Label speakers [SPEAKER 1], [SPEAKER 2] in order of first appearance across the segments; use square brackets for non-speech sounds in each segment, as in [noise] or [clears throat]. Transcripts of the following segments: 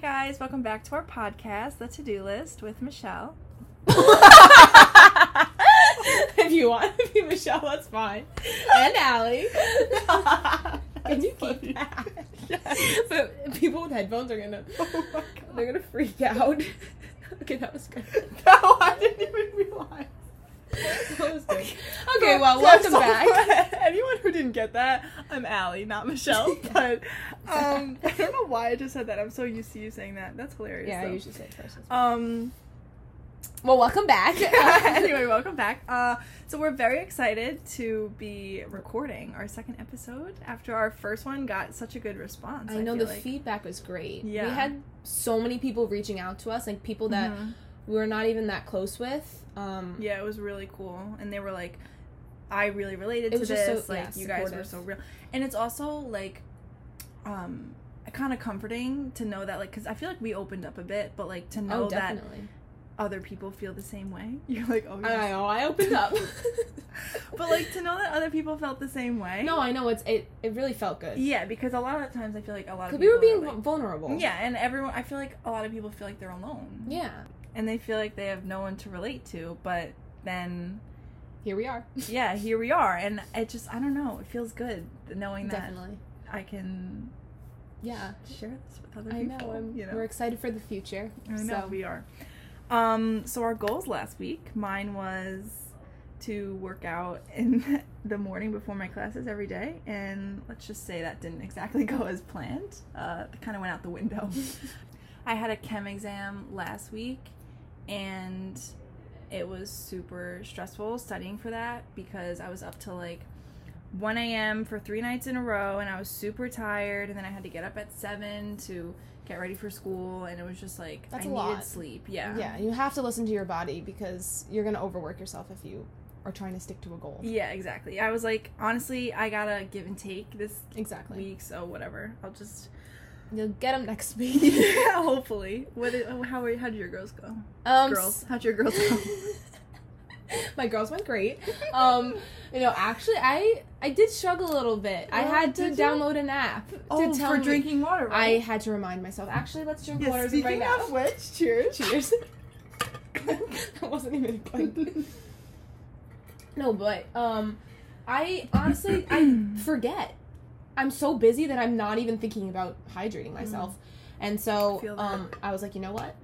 [SPEAKER 1] guys, welcome back to our podcast, The To Do List with Michelle. [laughs]
[SPEAKER 2] [laughs] if you want to be Michelle, that's fine. And
[SPEAKER 1] [laughs]
[SPEAKER 2] Allie. Can you keep that? But people with headphones are gonna
[SPEAKER 1] Oh my God.
[SPEAKER 2] they're gonna freak out. [laughs] okay, that was good.
[SPEAKER 1] [laughs] No, I didn't even realize.
[SPEAKER 2] That was good. Okay, well, welcome
[SPEAKER 1] So,
[SPEAKER 2] back.
[SPEAKER 1] for anyone who didn't get that, I'm Allie, not Michelle. [laughs] But um, [laughs] I don't know why I just said that. I'm so used to you saying that. That's hilarious.
[SPEAKER 2] Yeah, I
[SPEAKER 1] though.
[SPEAKER 2] usually say it first.
[SPEAKER 1] [laughs] Um.
[SPEAKER 2] Well, welcome [laughs] back.
[SPEAKER 1] [laughs] anyway, welcome back. Uh, so we're very excited to be recording our second episode after our first one got such a good response.
[SPEAKER 2] I know
[SPEAKER 1] feel
[SPEAKER 2] the
[SPEAKER 1] like.
[SPEAKER 2] feedback was great.
[SPEAKER 1] Yeah.
[SPEAKER 2] We had so many people reaching out to us, like people that
[SPEAKER 1] Mhm.
[SPEAKER 2] we were not even that close with. Um,
[SPEAKER 1] Yeah, it was really cool, and they were like, "I really related
[SPEAKER 2] It
[SPEAKER 1] to
[SPEAKER 2] was just so-
[SPEAKER 1] this. like,
[SPEAKER 2] yeah,
[SPEAKER 1] you guys were
[SPEAKER 2] supportive.
[SPEAKER 1] so real." And it's also like, um, kind of comforting to know that, like, because I feel like we opened up a bit, but like to know
[SPEAKER 2] oh,
[SPEAKER 1] that
[SPEAKER 2] definitely.
[SPEAKER 1] other people feel the same way. [laughs] You're like, oh,
[SPEAKER 2] I
[SPEAKER 1] yes.
[SPEAKER 2] know. I opened up.
[SPEAKER 1] [laughs] but like to know that other people felt the same way.
[SPEAKER 2] no, I know it's it. It really felt good.
[SPEAKER 1] Yeah, because a lot of times I feel like a lot of
[SPEAKER 2] Because we were
[SPEAKER 1] people
[SPEAKER 2] being
[SPEAKER 1] are, like-
[SPEAKER 2] vulnerable.
[SPEAKER 1] yeah, and everyone. I feel like a lot of people feel like they're alone.
[SPEAKER 2] Yeah.
[SPEAKER 1] and they feel like they have no one to relate to, but then
[SPEAKER 2] Here we are.
[SPEAKER 1] yeah, here we are. And it just, I don't know, it feels good knowing that
[SPEAKER 2] Definitely.
[SPEAKER 1] I can
[SPEAKER 2] Yeah.
[SPEAKER 1] share this with other
[SPEAKER 2] I
[SPEAKER 1] people.
[SPEAKER 2] know. I'm,
[SPEAKER 1] you know,
[SPEAKER 2] We're excited for the future.
[SPEAKER 1] I know
[SPEAKER 2] So.
[SPEAKER 1] we are. Um, so our goals last week, mine was to work out in [laughs] the morning before my classes every day, and let's just say that didn't exactly [laughs] go as planned. Uh, it kind of went out the
[SPEAKER 2] [laughs]
[SPEAKER 1] window. I had a chem exam last week, and it was super stressful studying for that because I was up till like 1 a.m. for three nights in a row, and I was super tired. And then I had to get up at seven to get ready for school, and it was just like
[SPEAKER 2] That's
[SPEAKER 1] I
[SPEAKER 2] a
[SPEAKER 1] needed
[SPEAKER 2] lot.
[SPEAKER 1] sleep. Yeah,
[SPEAKER 2] Yeah. You have to listen to your body because you're gonna overwork yourself if you are trying to stick to a goal.
[SPEAKER 1] yeah, exactly. I was like, honestly, I gotta give and take this
[SPEAKER 2] Exactly.
[SPEAKER 1] week, so whatever. I'll [laughs] just
[SPEAKER 2] You'll get them next
[SPEAKER 1] [laughs]
[SPEAKER 2] week.
[SPEAKER 1] yeah, hopefully. What? Did, oh, how are, how did your girls go?
[SPEAKER 2] um,
[SPEAKER 1] girls, how'd your girls go? [laughs]
[SPEAKER 2] [laughs] my girls went great. Um, you know, actually, I I did struggle a little bit. I
[SPEAKER 1] Oh,
[SPEAKER 2] had to
[SPEAKER 1] did you?
[SPEAKER 2] download an app
[SPEAKER 1] oh,
[SPEAKER 2] to tell
[SPEAKER 1] for
[SPEAKER 2] me.
[SPEAKER 1] drinking water.
[SPEAKER 2] I
[SPEAKER 1] Right?
[SPEAKER 2] had to remind myself. Actually, let's drink
[SPEAKER 1] Yeah,
[SPEAKER 2] waters
[SPEAKER 1] speaking
[SPEAKER 2] right now. [laughs]
[SPEAKER 1] of which, cheers.
[SPEAKER 2] Cheers. [laughs] that wasn't even a pun. No, but um, I honestly I
[SPEAKER 1] [clears throat]
[SPEAKER 2] forget. I'm so busy that I'm not even thinking about hydrating myself, and so
[SPEAKER 1] Mm. I feel that.
[SPEAKER 2] um, I was like, you know what?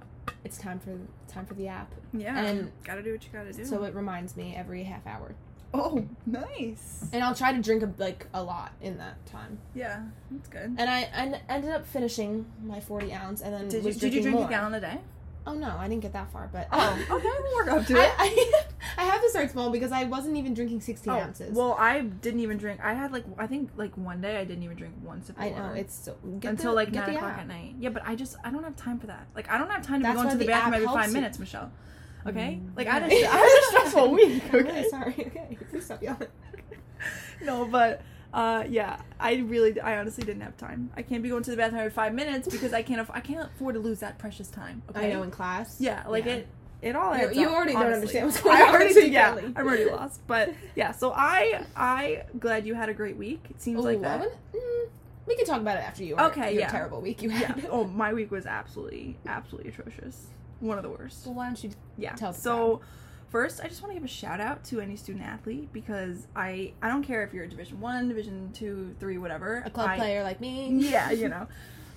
[SPEAKER 2] It's time for time for the app.
[SPEAKER 1] yeah,
[SPEAKER 2] and-
[SPEAKER 1] gotta do what you gotta do.
[SPEAKER 2] So it reminds me every half hour,
[SPEAKER 1] oh, nice.
[SPEAKER 2] and I'll try to drink a, like a lot in that time.
[SPEAKER 1] Yeah, that's good.
[SPEAKER 2] And I, I ended up finishing my 40 ounce, and then
[SPEAKER 1] Did you,
[SPEAKER 2] was
[SPEAKER 1] did you drink
[SPEAKER 2] drinking
[SPEAKER 1] a
[SPEAKER 2] more.
[SPEAKER 1] gallon a day?
[SPEAKER 2] Oh no, I didn't get that far, but
[SPEAKER 1] [laughs] Oh,
[SPEAKER 2] um,
[SPEAKER 1] we'll work up to
[SPEAKER 2] [laughs] I, I, [laughs] I have to start small because I wasn't even drinking 16
[SPEAKER 1] Oh,
[SPEAKER 2] ounces.
[SPEAKER 1] Well, I didn't even drink. I had like I think like one day I didn't even drink one sip of
[SPEAKER 2] I
[SPEAKER 1] water
[SPEAKER 2] know it's so get
[SPEAKER 1] until
[SPEAKER 2] the-
[SPEAKER 1] like
[SPEAKER 2] get
[SPEAKER 1] nine
[SPEAKER 2] the
[SPEAKER 1] o'clock
[SPEAKER 2] app.
[SPEAKER 1] at night. Yeah, but I just I don't have time for that. Like I don't have time to
[SPEAKER 2] That's
[SPEAKER 1] go into
[SPEAKER 2] why
[SPEAKER 1] the
[SPEAKER 2] the
[SPEAKER 1] bathroom
[SPEAKER 2] app
[SPEAKER 1] every five
[SPEAKER 2] helps you.
[SPEAKER 1] minutes, Michelle. Okay,
[SPEAKER 2] Mm.
[SPEAKER 1] like I
[SPEAKER 2] [laughs]
[SPEAKER 1] had,
[SPEAKER 2] Yeah.
[SPEAKER 1] a, I had a
[SPEAKER 2] [laughs]
[SPEAKER 1] stressful [laughs] week.
[SPEAKER 2] I'm
[SPEAKER 1] Okay,
[SPEAKER 2] really sorry. Okay, [laughs] please stop yelling.
[SPEAKER 1] no, but uh, yeah, I really I honestly didn't have time. I can't be going to the bathroom every five minutes because I can't aff- I can't afford to lose that precious time. Okay?
[SPEAKER 2] I know in class.
[SPEAKER 1] Yeah, like
[SPEAKER 2] Yeah.
[SPEAKER 1] it. It all
[SPEAKER 2] You-
[SPEAKER 1] adds
[SPEAKER 2] you
[SPEAKER 1] up,
[SPEAKER 2] already don't
[SPEAKER 1] honestly.
[SPEAKER 2] understand [laughs] what's
[SPEAKER 1] [laughs]
[SPEAKER 2] going
[SPEAKER 1] I
[SPEAKER 2] on,
[SPEAKER 1] already
[SPEAKER 2] so
[SPEAKER 1] did,
[SPEAKER 2] you
[SPEAKER 1] yeah,
[SPEAKER 2] can't leave.
[SPEAKER 1] I'm already lost. But yeah, so I I glad you had a great week. It seems
[SPEAKER 2] Ooh,
[SPEAKER 1] like
[SPEAKER 2] I
[SPEAKER 1] that.
[SPEAKER 2] wouldn't- mm, we can talk about it after you. Are,
[SPEAKER 1] Okay,
[SPEAKER 2] Your
[SPEAKER 1] yeah.
[SPEAKER 2] terrible week you
[SPEAKER 1] Yeah.
[SPEAKER 2] had. [laughs]
[SPEAKER 1] Oh, my week was absolutely absolutely atrocious. One of the worst.
[SPEAKER 2] Well, why don't you?
[SPEAKER 1] Yeah.
[SPEAKER 2] Tell us
[SPEAKER 1] so first, I just want to give a shout out to any student athlete because I I don't care if you're a Division One, Division Two, Three, whatever.
[SPEAKER 2] A club
[SPEAKER 1] I-
[SPEAKER 2] player like me.
[SPEAKER 1] yeah,
[SPEAKER 2] [laughs]
[SPEAKER 1] you know.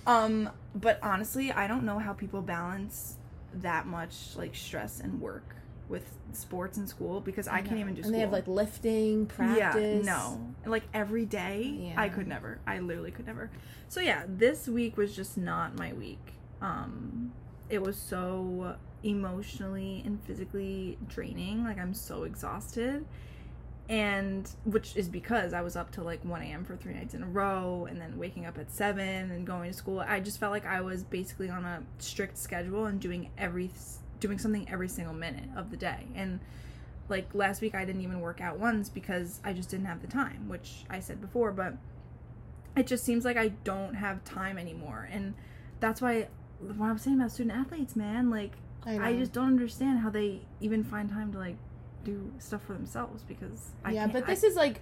[SPEAKER 1] Um, but honestly, I don't know how people balance that much like stress and work with sports and school because I can't even do
[SPEAKER 2] And
[SPEAKER 1] school.
[SPEAKER 2] they have like lifting practice.
[SPEAKER 1] Yeah, no. Like every day, I
[SPEAKER 2] Yeah.
[SPEAKER 1] could never. I literally could never. So yeah, this week was just not my week. Um it was so emotionally and physically draining. Like I'm so exhausted. And which is because I was up till like 1 a.m. for three nights in a row and then waking up at 7 and going to school. I just felt like I was basically on a strict schedule and doing every doing something every single minute of the day. And like last week I didn't even work out once because I just didn't have the time, which I said before, but it just seems like I don't have time anymore. And that's why what I'm saying about student athletes, man, like
[SPEAKER 2] I, know.
[SPEAKER 1] I just don't understand how they even find time to like do stuff for themselves because I
[SPEAKER 2] yeah,
[SPEAKER 1] can't,
[SPEAKER 2] but
[SPEAKER 1] I-
[SPEAKER 2] this is like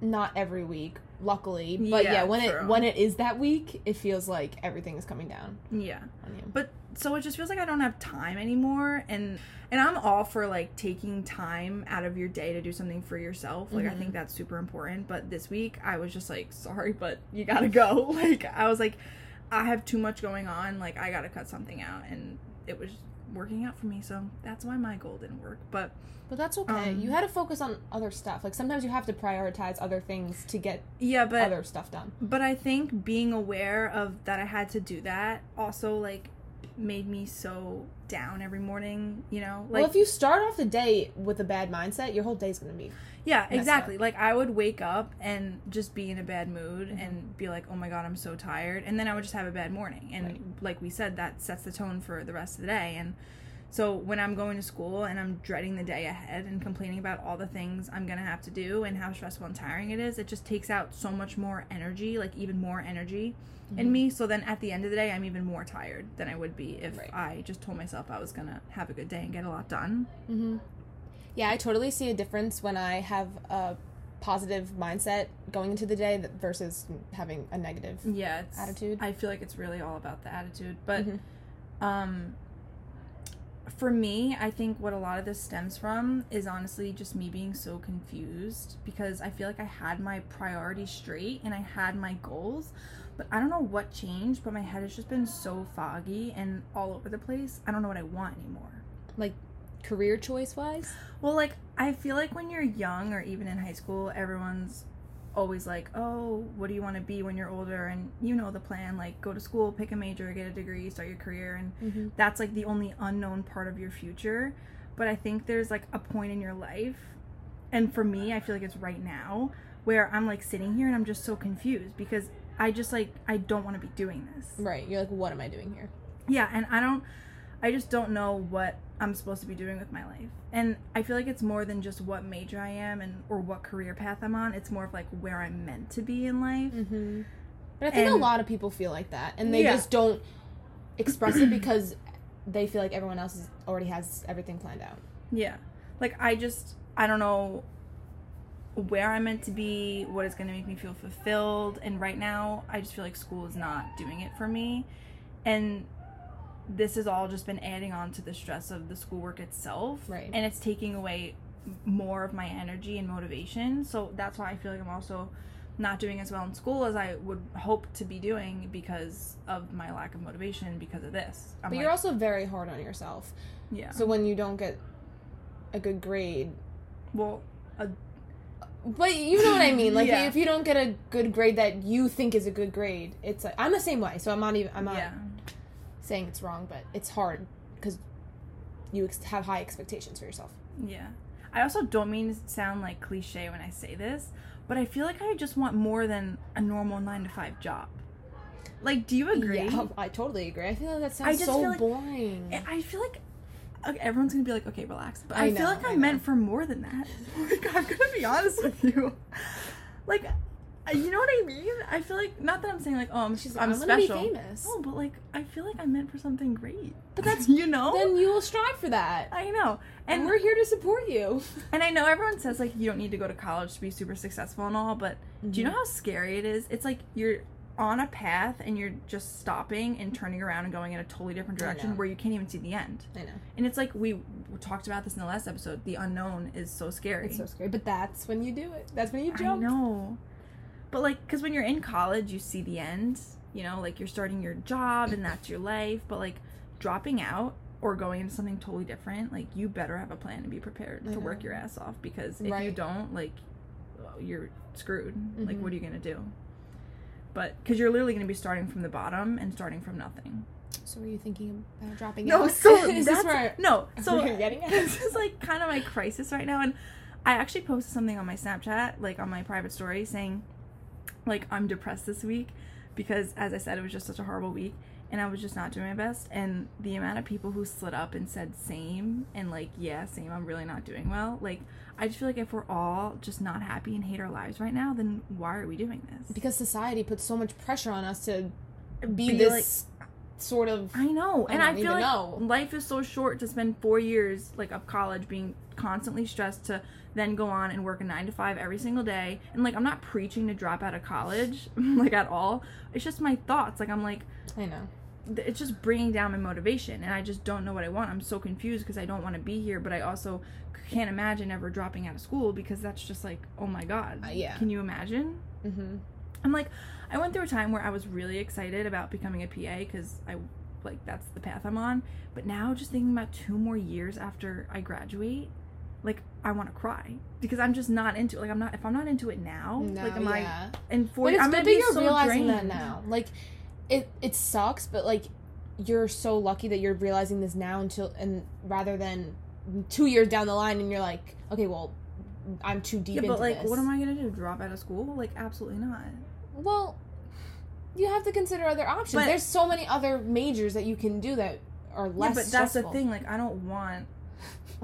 [SPEAKER 2] not every week, luckily. But yeah,
[SPEAKER 1] Yeah,
[SPEAKER 2] when it
[SPEAKER 1] true.
[SPEAKER 2] when it is that week, it feels like everything is coming down
[SPEAKER 1] Yeah.
[SPEAKER 2] on you.
[SPEAKER 1] But so it just feels like I don't have time anymore and and I'm all for like taking time out of your day to do something for yourself. Like
[SPEAKER 2] Mm-hmm.
[SPEAKER 1] I think that's super important, but this week I was just like, "Sorry, but you got to go." [laughs] Like I was like I have too much going on, like I got to cut something out and it was working out for me, so that's why my goal didn't work. But
[SPEAKER 2] But that's okay.
[SPEAKER 1] Um,
[SPEAKER 2] you had to focus on other stuff. Like sometimes you have to prioritize other things to get
[SPEAKER 1] yeah, but
[SPEAKER 2] other stuff done.
[SPEAKER 1] but I think being aware of that I had to do that also like made me so down every morning, you know? Like
[SPEAKER 2] well, if you start off the day with a bad mindset, your whole day's gonna be.
[SPEAKER 1] Yeah,
[SPEAKER 2] up.
[SPEAKER 1] exactly. Like I would wake up and just be in a bad mood
[SPEAKER 2] Mm-hmm.
[SPEAKER 1] and be like, "Oh my god, I'm so tired." And then I would just have a bad morning. And
[SPEAKER 2] Right.
[SPEAKER 1] like we said, that sets the tone for the rest of the day. And so when I'm going to school and I'm dreading the day ahead and complaining about all the things I'm going to have to do and how stressful and tiring it is, it just takes out so much more energy, like even more energy
[SPEAKER 2] Mm-hmm.
[SPEAKER 1] in me. So then at the end of the day, I'm even more tired than I would be if
[SPEAKER 2] Right.
[SPEAKER 1] I just told myself I was going to have a good day and get a lot done.
[SPEAKER 2] Mm-hmm. Yeah, I totally see a difference when I have a positive mindset going into the day that- versus having a negative.
[SPEAKER 1] yeah it's,
[SPEAKER 2] attitude.
[SPEAKER 1] i feel like it's really all about the attitude but
[SPEAKER 2] Mhm.
[SPEAKER 1] um for me i think what a lot of this stems from is honestly just me being so confused because i feel like i had my priorities straight and i had my goals but i don't know what changed but my head has just been so foggy and all over the place i don't know what i want anymore
[SPEAKER 2] Career choice wise,
[SPEAKER 1] well, like I feel like when you're young or even in high school, everyone's always like, "Oh, what do you want to be when you're older?" And you know the plan, like go to school, pick a major, get a degree, start your career, and
[SPEAKER 2] Mhm.
[SPEAKER 1] that's like the only unknown part of your future. But I think there's like a point in your life, and for me, I feel like it's right now where I'm like sitting here and I'm just so confused because I just like I don't want to be doing this.
[SPEAKER 2] right? You're like, what am I doing here?
[SPEAKER 1] Yeah, and I don't I just don't know what I'm supposed to be doing with my life. And I feel like it's more than just what major I am and or what career path I'm on. It's more of like where I'm meant to be in life.
[SPEAKER 2] Mm-hmm. But I think a
[SPEAKER 1] And-
[SPEAKER 2] lot of people feel like that, and they
[SPEAKER 1] Yeah.
[SPEAKER 2] just don't express it because they feel like everyone else is, already has everything planned out.
[SPEAKER 1] Yeah. Like I just I don't know where I'm meant to be, what is going to make me feel fulfilled, and right now I just feel like school is not doing it for me. And this has all just been adding on to the stress of the schoolwork itself.
[SPEAKER 2] Right.
[SPEAKER 1] And it's taking away m- more of my energy and motivation. So that's why I feel like I'm also not doing as well in school as I would hope to be doing because of my lack of motivation because of this. I'm
[SPEAKER 2] But
[SPEAKER 1] like,
[SPEAKER 2] you're also very hard on yourself.
[SPEAKER 1] yeah.
[SPEAKER 2] So when you don't get a good grade,
[SPEAKER 1] well,
[SPEAKER 2] But you know what I mean. Like
[SPEAKER 1] Yeah.
[SPEAKER 2] if you don't get a good grade that you think is a good grade, it's like I'm the same way. So I'm not even I'm not
[SPEAKER 1] yeah.
[SPEAKER 2] saying it's wrong, but it's hard because you ex- have high expectations for yourself.
[SPEAKER 1] Yeah. I also don't mean to sound like cliche when I say this, but I feel like I just want more than a normal nine to five job. Like, do you agree?
[SPEAKER 2] Yeah, [laughs] I totally agree. I feel like that sounds
[SPEAKER 1] just
[SPEAKER 2] so
[SPEAKER 1] feel like-
[SPEAKER 2] boring.
[SPEAKER 1] [laughs] I- I feel like okay, everyone's gonna be like, okay, relax. But I,
[SPEAKER 2] I
[SPEAKER 1] feel
[SPEAKER 2] know,
[SPEAKER 1] like
[SPEAKER 2] I
[SPEAKER 1] I'm
[SPEAKER 2] know.
[SPEAKER 1] meant for more than that. [laughs] Like, Oh I'm gonna be honest with you. Like, you know what I mean? I feel like not that I'm saying like, oh, I'm,
[SPEAKER 2] She's like,
[SPEAKER 1] I'm,
[SPEAKER 2] I'm Oh, gonna be
[SPEAKER 1] special.
[SPEAKER 2] famous.
[SPEAKER 1] No, but like, I feel like I'm meant for something great.
[SPEAKER 2] But
[SPEAKER 1] [laughs]
[SPEAKER 2] that's-
[SPEAKER 1] you know.
[SPEAKER 2] Then you will strive for that,
[SPEAKER 1] I know,
[SPEAKER 2] and,
[SPEAKER 1] and
[SPEAKER 2] we're here to support you.
[SPEAKER 1] And I know everyone says like you don't need to go to college to be super successful and all, but do you
[SPEAKER 2] Mm-hmm.
[SPEAKER 1] know how scary it is? It's like you're on a path and you're just stopping and turning around and going in a totally different
[SPEAKER 2] I know.
[SPEAKER 1] direction where you can't even see the end.
[SPEAKER 2] I know
[SPEAKER 1] And it's like we talked about this in the last episode. The unknown is so scary.
[SPEAKER 2] it's so scary, but that's when you do it. That's when you
[SPEAKER 1] I
[SPEAKER 2] jump.
[SPEAKER 1] know. But like, because when you're in college, you see the end. You know, like you're starting your job and that's your life. But like, dropping out or going into something totally different, like you better have a plan and be prepared
[SPEAKER 2] I
[SPEAKER 1] to work
[SPEAKER 2] know.
[SPEAKER 1] your ass off because if you
[SPEAKER 2] Mm-hmm. Right.
[SPEAKER 1] don't, like, uh, you're screwed. Like,
[SPEAKER 2] Mhm.
[SPEAKER 1] what are you gonna do? But because you're literally gonna be starting from the bottom and starting from nothing.
[SPEAKER 2] So are you thinking about dropping out?
[SPEAKER 1] No, so
[SPEAKER 2] is
[SPEAKER 1] that's
[SPEAKER 2] [laughs] this where
[SPEAKER 1] no.
[SPEAKER 2] [laughs]
[SPEAKER 1] So
[SPEAKER 2] we're getting
[SPEAKER 1] [laughs]
[SPEAKER 2] at?
[SPEAKER 1] this is like kind of my crisis right now, and I actually posted something on my Snapchat, like on my private story, saying like I'm depressed this week because, as I said, it was just such a horrible week, and I was just not doing my best. And the amount of people who slid up and said same and like yeah, same. I'm really not doing well. Like I just feel like if we're all just not happy and hate our lives right now, then why are we doing this?
[SPEAKER 2] because society puts so much pressure on us to be,
[SPEAKER 1] Be
[SPEAKER 2] this sort of
[SPEAKER 1] I know,
[SPEAKER 2] I
[SPEAKER 1] and
[SPEAKER 2] don't
[SPEAKER 1] I feel
[SPEAKER 2] even
[SPEAKER 1] like
[SPEAKER 2] know.
[SPEAKER 1] life is so short to spend four years like of college being constantly stressed to then go on and work a nine to five every single day. And like, I'm not preaching to drop out of college, [laughs] like at all. It's just my thoughts. Like, I'm like,
[SPEAKER 2] I know.
[SPEAKER 1] th- it's just bringing down my motivation and i just don't know what i want i'm so confused because i don't want to be here but i also c- can't imagine ever dropping out of school because that's just like oh my god
[SPEAKER 2] Uh, yeah.
[SPEAKER 1] can you imagine
[SPEAKER 2] Mm-hmm.
[SPEAKER 1] i'm like i went through a time where i was really excited about becoming a pa because i like that's the path i'm on but now just thinking about two more years after i graduate like i want to cry because i'm just not into like i'm not if i'm not into it
[SPEAKER 2] Oh,
[SPEAKER 1] now like am i
[SPEAKER 2] yeah.
[SPEAKER 1] and
[SPEAKER 2] But
[SPEAKER 1] for
[SPEAKER 2] it's
[SPEAKER 1] i'm gonna
[SPEAKER 2] good that
[SPEAKER 1] be
[SPEAKER 2] you're
[SPEAKER 1] so
[SPEAKER 2] realizing that
[SPEAKER 1] drained.
[SPEAKER 2] now. Like, it it sucks, but like, you're so lucky that you're realizing this now until and rather than two years down the line and you're like, okay, well, I'm too deep
[SPEAKER 1] yeah
[SPEAKER 2] into
[SPEAKER 1] but like
[SPEAKER 2] this.
[SPEAKER 1] what am i gonna do drop out of school like absolutely not
[SPEAKER 2] Well, you have to consider other options.
[SPEAKER 1] But-
[SPEAKER 2] There's so many other majors that you can do that are
[SPEAKER 1] yeah,
[SPEAKER 2] less.
[SPEAKER 1] but that's the
[SPEAKER 2] stressful.
[SPEAKER 1] thing. Like, I don't want,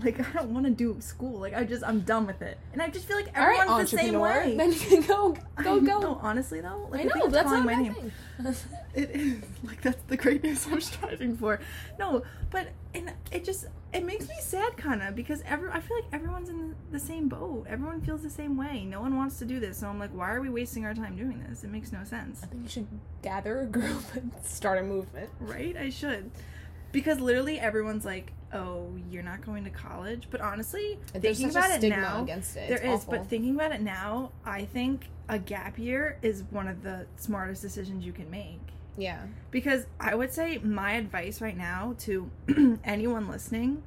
[SPEAKER 1] like, [laughs] I don't want to do school. Like, I just, I'm done with it. And I just feel like
[SPEAKER 2] All right,
[SPEAKER 1] everyone's the same
[SPEAKER 2] entrepreneur,
[SPEAKER 1] way.
[SPEAKER 2] Then you
[SPEAKER 1] [laughs]
[SPEAKER 2] can go, go,
[SPEAKER 1] I'm-
[SPEAKER 2] go.
[SPEAKER 1] No, honestly though, like,
[SPEAKER 2] I
[SPEAKER 1] the
[SPEAKER 2] know
[SPEAKER 1] thing
[SPEAKER 2] that's
[SPEAKER 1] calling
[SPEAKER 2] not
[SPEAKER 1] my
[SPEAKER 2] my
[SPEAKER 1] name.
[SPEAKER 2] thing. [laughs]
[SPEAKER 1] It is [laughs] like that's the greatness I'm striving for. No, but and it just it makes me sad, kind of, because every I feel like everyone's in the same boat. Everyone feels the same way. No one wants to do this, so I'm like, why are we wasting our time doing this? It makes no sense,
[SPEAKER 2] I think you should gather a group [laughs] and start a movement.
[SPEAKER 1] right? I should, because literally everyone's like, oh, you're not going to college. But honestly,
[SPEAKER 2] There's
[SPEAKER 1] thinking
[SPEAKER 2] such
[SPEAKER 1] about
[SPEAKER 2] a
[SPEAKER 1] it
[SPEAKER 2] stigma
[SPEAKER 1] now,
[SPEAKER 2] against it.
[SPEAKER 1] There
[SPEAKER 2] it's
[SPEAKER 1] is,
[SPEAKER 2] awful.
[SPEAKER 1] but thinking about it now, I think a gap year is one of the smartest decisions you can make.
[SPEAKER 2] yeah,
[SPEAKER 1] Because I would say my advice right now to [clears throat] anyone listening,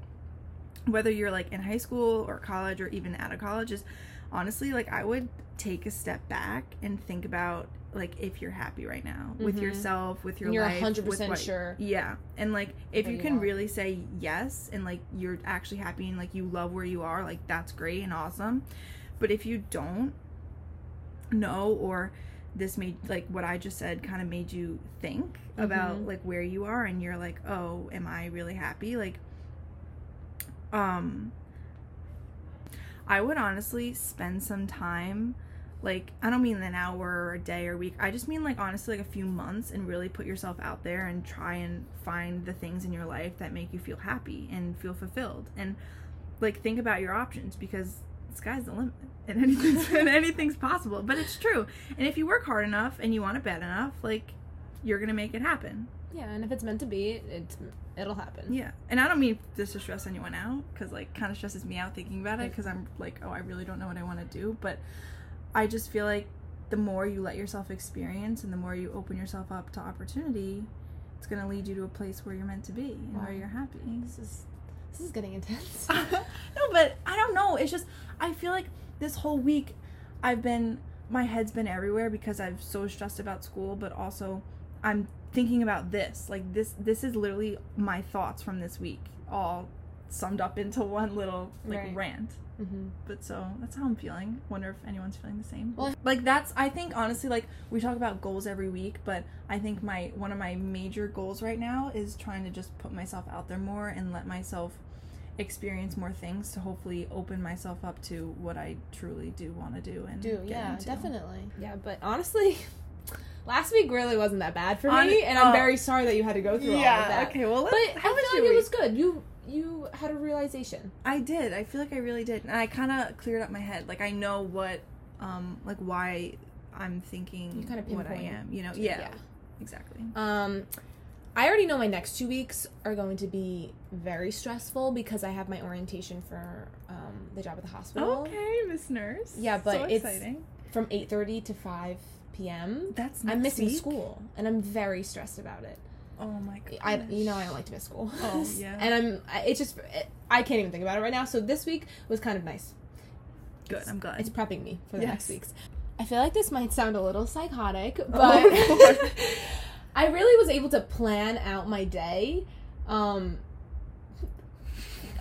[SPEAKER 1] whether you're like in high school or college or even out of college, is honestly like I would take a step back and think about like if you're happy right now with
[SPEAKER 2] Mhm.
[SPEAKER 1] yourself, with your
[SPEAKER 2] you're
[SPEAKER 1] life, with
[SPEAKER 2] 100 percent
[SPEAKER 1] what-
[SPEAKER 2] sure.
[SPEAKER 1] yeah. And like if
[SPEAKER 2] What
[SPEAKER 1] you
[SPEAKER 2] you
[SPEAKER 1] can
[SPEAKER 2] want.
[SPEAKER 1] really say yes and like you're actually happy and like you love where you are, like that's great and awesome. But if you don't know or this made like what I just said kind of made you think about
[SPEAKER 2] Mhm.
[SPEAKER 1] like where you are and you're like, "Oh, am I really happy?" like um I would honestly spend some time like I don't mean an hour or a day or a week. I just mean like honestly like a few months and really put yourself out there and try and find the things in your life that make you feel happy and feel fulfilled. And like think about your options because the sky's the limit and anything's [laughs] and anything's possible. But it's true. And if you work hard enough and you want it bad enough, like you're gonna make it happen.
[SPEAKER 2] Yeah, and if it's meant to be, it's it'll happen.
[SPEAKER 1] Yeah. And I don't mean this to stress anyone out because like kind of stresses me out thinking about it because I'm like, oh, I really don't know what I want to do. But I just feel like the more you let yourself experience and the more you open yourself up to opportunity, it's going to lead you to a place where you're meant to be and where
[SPEAKER 2] Wow.
[SPEAKER 1] you're happy.
[SPEAKER 2] This is this is getting [laughs] intense.
[SPEAKER 1] [laughs] Mm-hmm. no, but I don't know. It's just I feel like this whole week I've been my head's been everywhere because I'm so stressed about school, but also I'm thinking about this. Like this this is literally my thoughts from this week all summed up into one little like
[SPEAKER 2] Right.
[SPEAKER 1] rant.
[SPEAKER 2] hmm
[SPEAKER 1] But so that's how I'm feeling. Wonder if anyone's feeling the same.
[SPEAKER 2] Well,
[SPEAKER 1] like that's I think honestly like we talk about goals every week, but I think my one of my major goals right now is trying to just put myself out there more and let myself experience more things to hopefully open myself up to what I truly do want to do and
[SPEAKER 2] Do
[SPEAKER 1] get
[SPEAKER 2] yeah,
[SPEAKER 1] into.
[SPEAKER 2] definitely. Yeah, but honestly, [laughs] last week really wasn't that bad for
[SPEAKER 1] Hon-
[SPEAKER 2] me, and I'm
[SPEAKER 1] oh.
[SPEAKER 2] very sorry that you had to go through all of
[SPEAKER 1] Yeah.
[SPEAKER 2] that.
[SPEAKER 1] Okay. Well,
[SPEAKER 2] But
[SPEAKER 1] let's,
[SPEAKER 2] I
[SPEAKER 1] how was
[SPEAKER 2] feel
[SPEAKER 1] your
[SPEAKER 2] like it
[SPEAKER 1] week?
[SPEAKER 2] was good. You you had a realization.
[SPEAKER 1] I did. I feel like I really did, and I kind of cleared up my head. Like I know what, um, like why I'm thinking
[SPEAKER 2] You kinda
[SPEAKER 1] what I
[SPEAKER 2] pinpoint.
[SPEAKER 1] am. You know? Yeah. Exactly.
[SPEAKER 2] Um, I already know my next two weeks are going to be very stressful because I have my orientation for um, the job at the hospital
[SPEAKER 1] Okay, Miss Nurse.
[SPEAKER 2] Yeah, but
[SPEAKER 1] so
[SPEAKER 2] it's-
[SPEAKER 1] exciting.
[SPEAKER 2] from 8.30 to 5 p.m.
[SPEAKER 1] That's
[SPEAKER 2] I'm
[SPEAKER 1] next
[SPEAKER 2] missing
[SPEAKER 1] week?
[SPEAKER 2] school, and I'm very stressed about it.
[SPEAKER 1] Oh my god.
[SPEAKER 2] I, you know, I don't like to miss school. [laughs]
[SPEAKER 1] Oh, yeah.
[SPEAKER 2] and I'm, I- it's just, it, I can't even think about it right now. So this week was kind of nice.
[SPEAKER 1] Good. I'm glad.
[SPEAKER 2] It's prepping me for the next
[SPEAKER 1] Yes.
[SPEAKER 2] weeks. I feel like this might sound a little psychotic, but
[SPEAKER 1] Oh, Lord.
[SPEAKER 2] [laughs] I really was able to plan out my day. Um,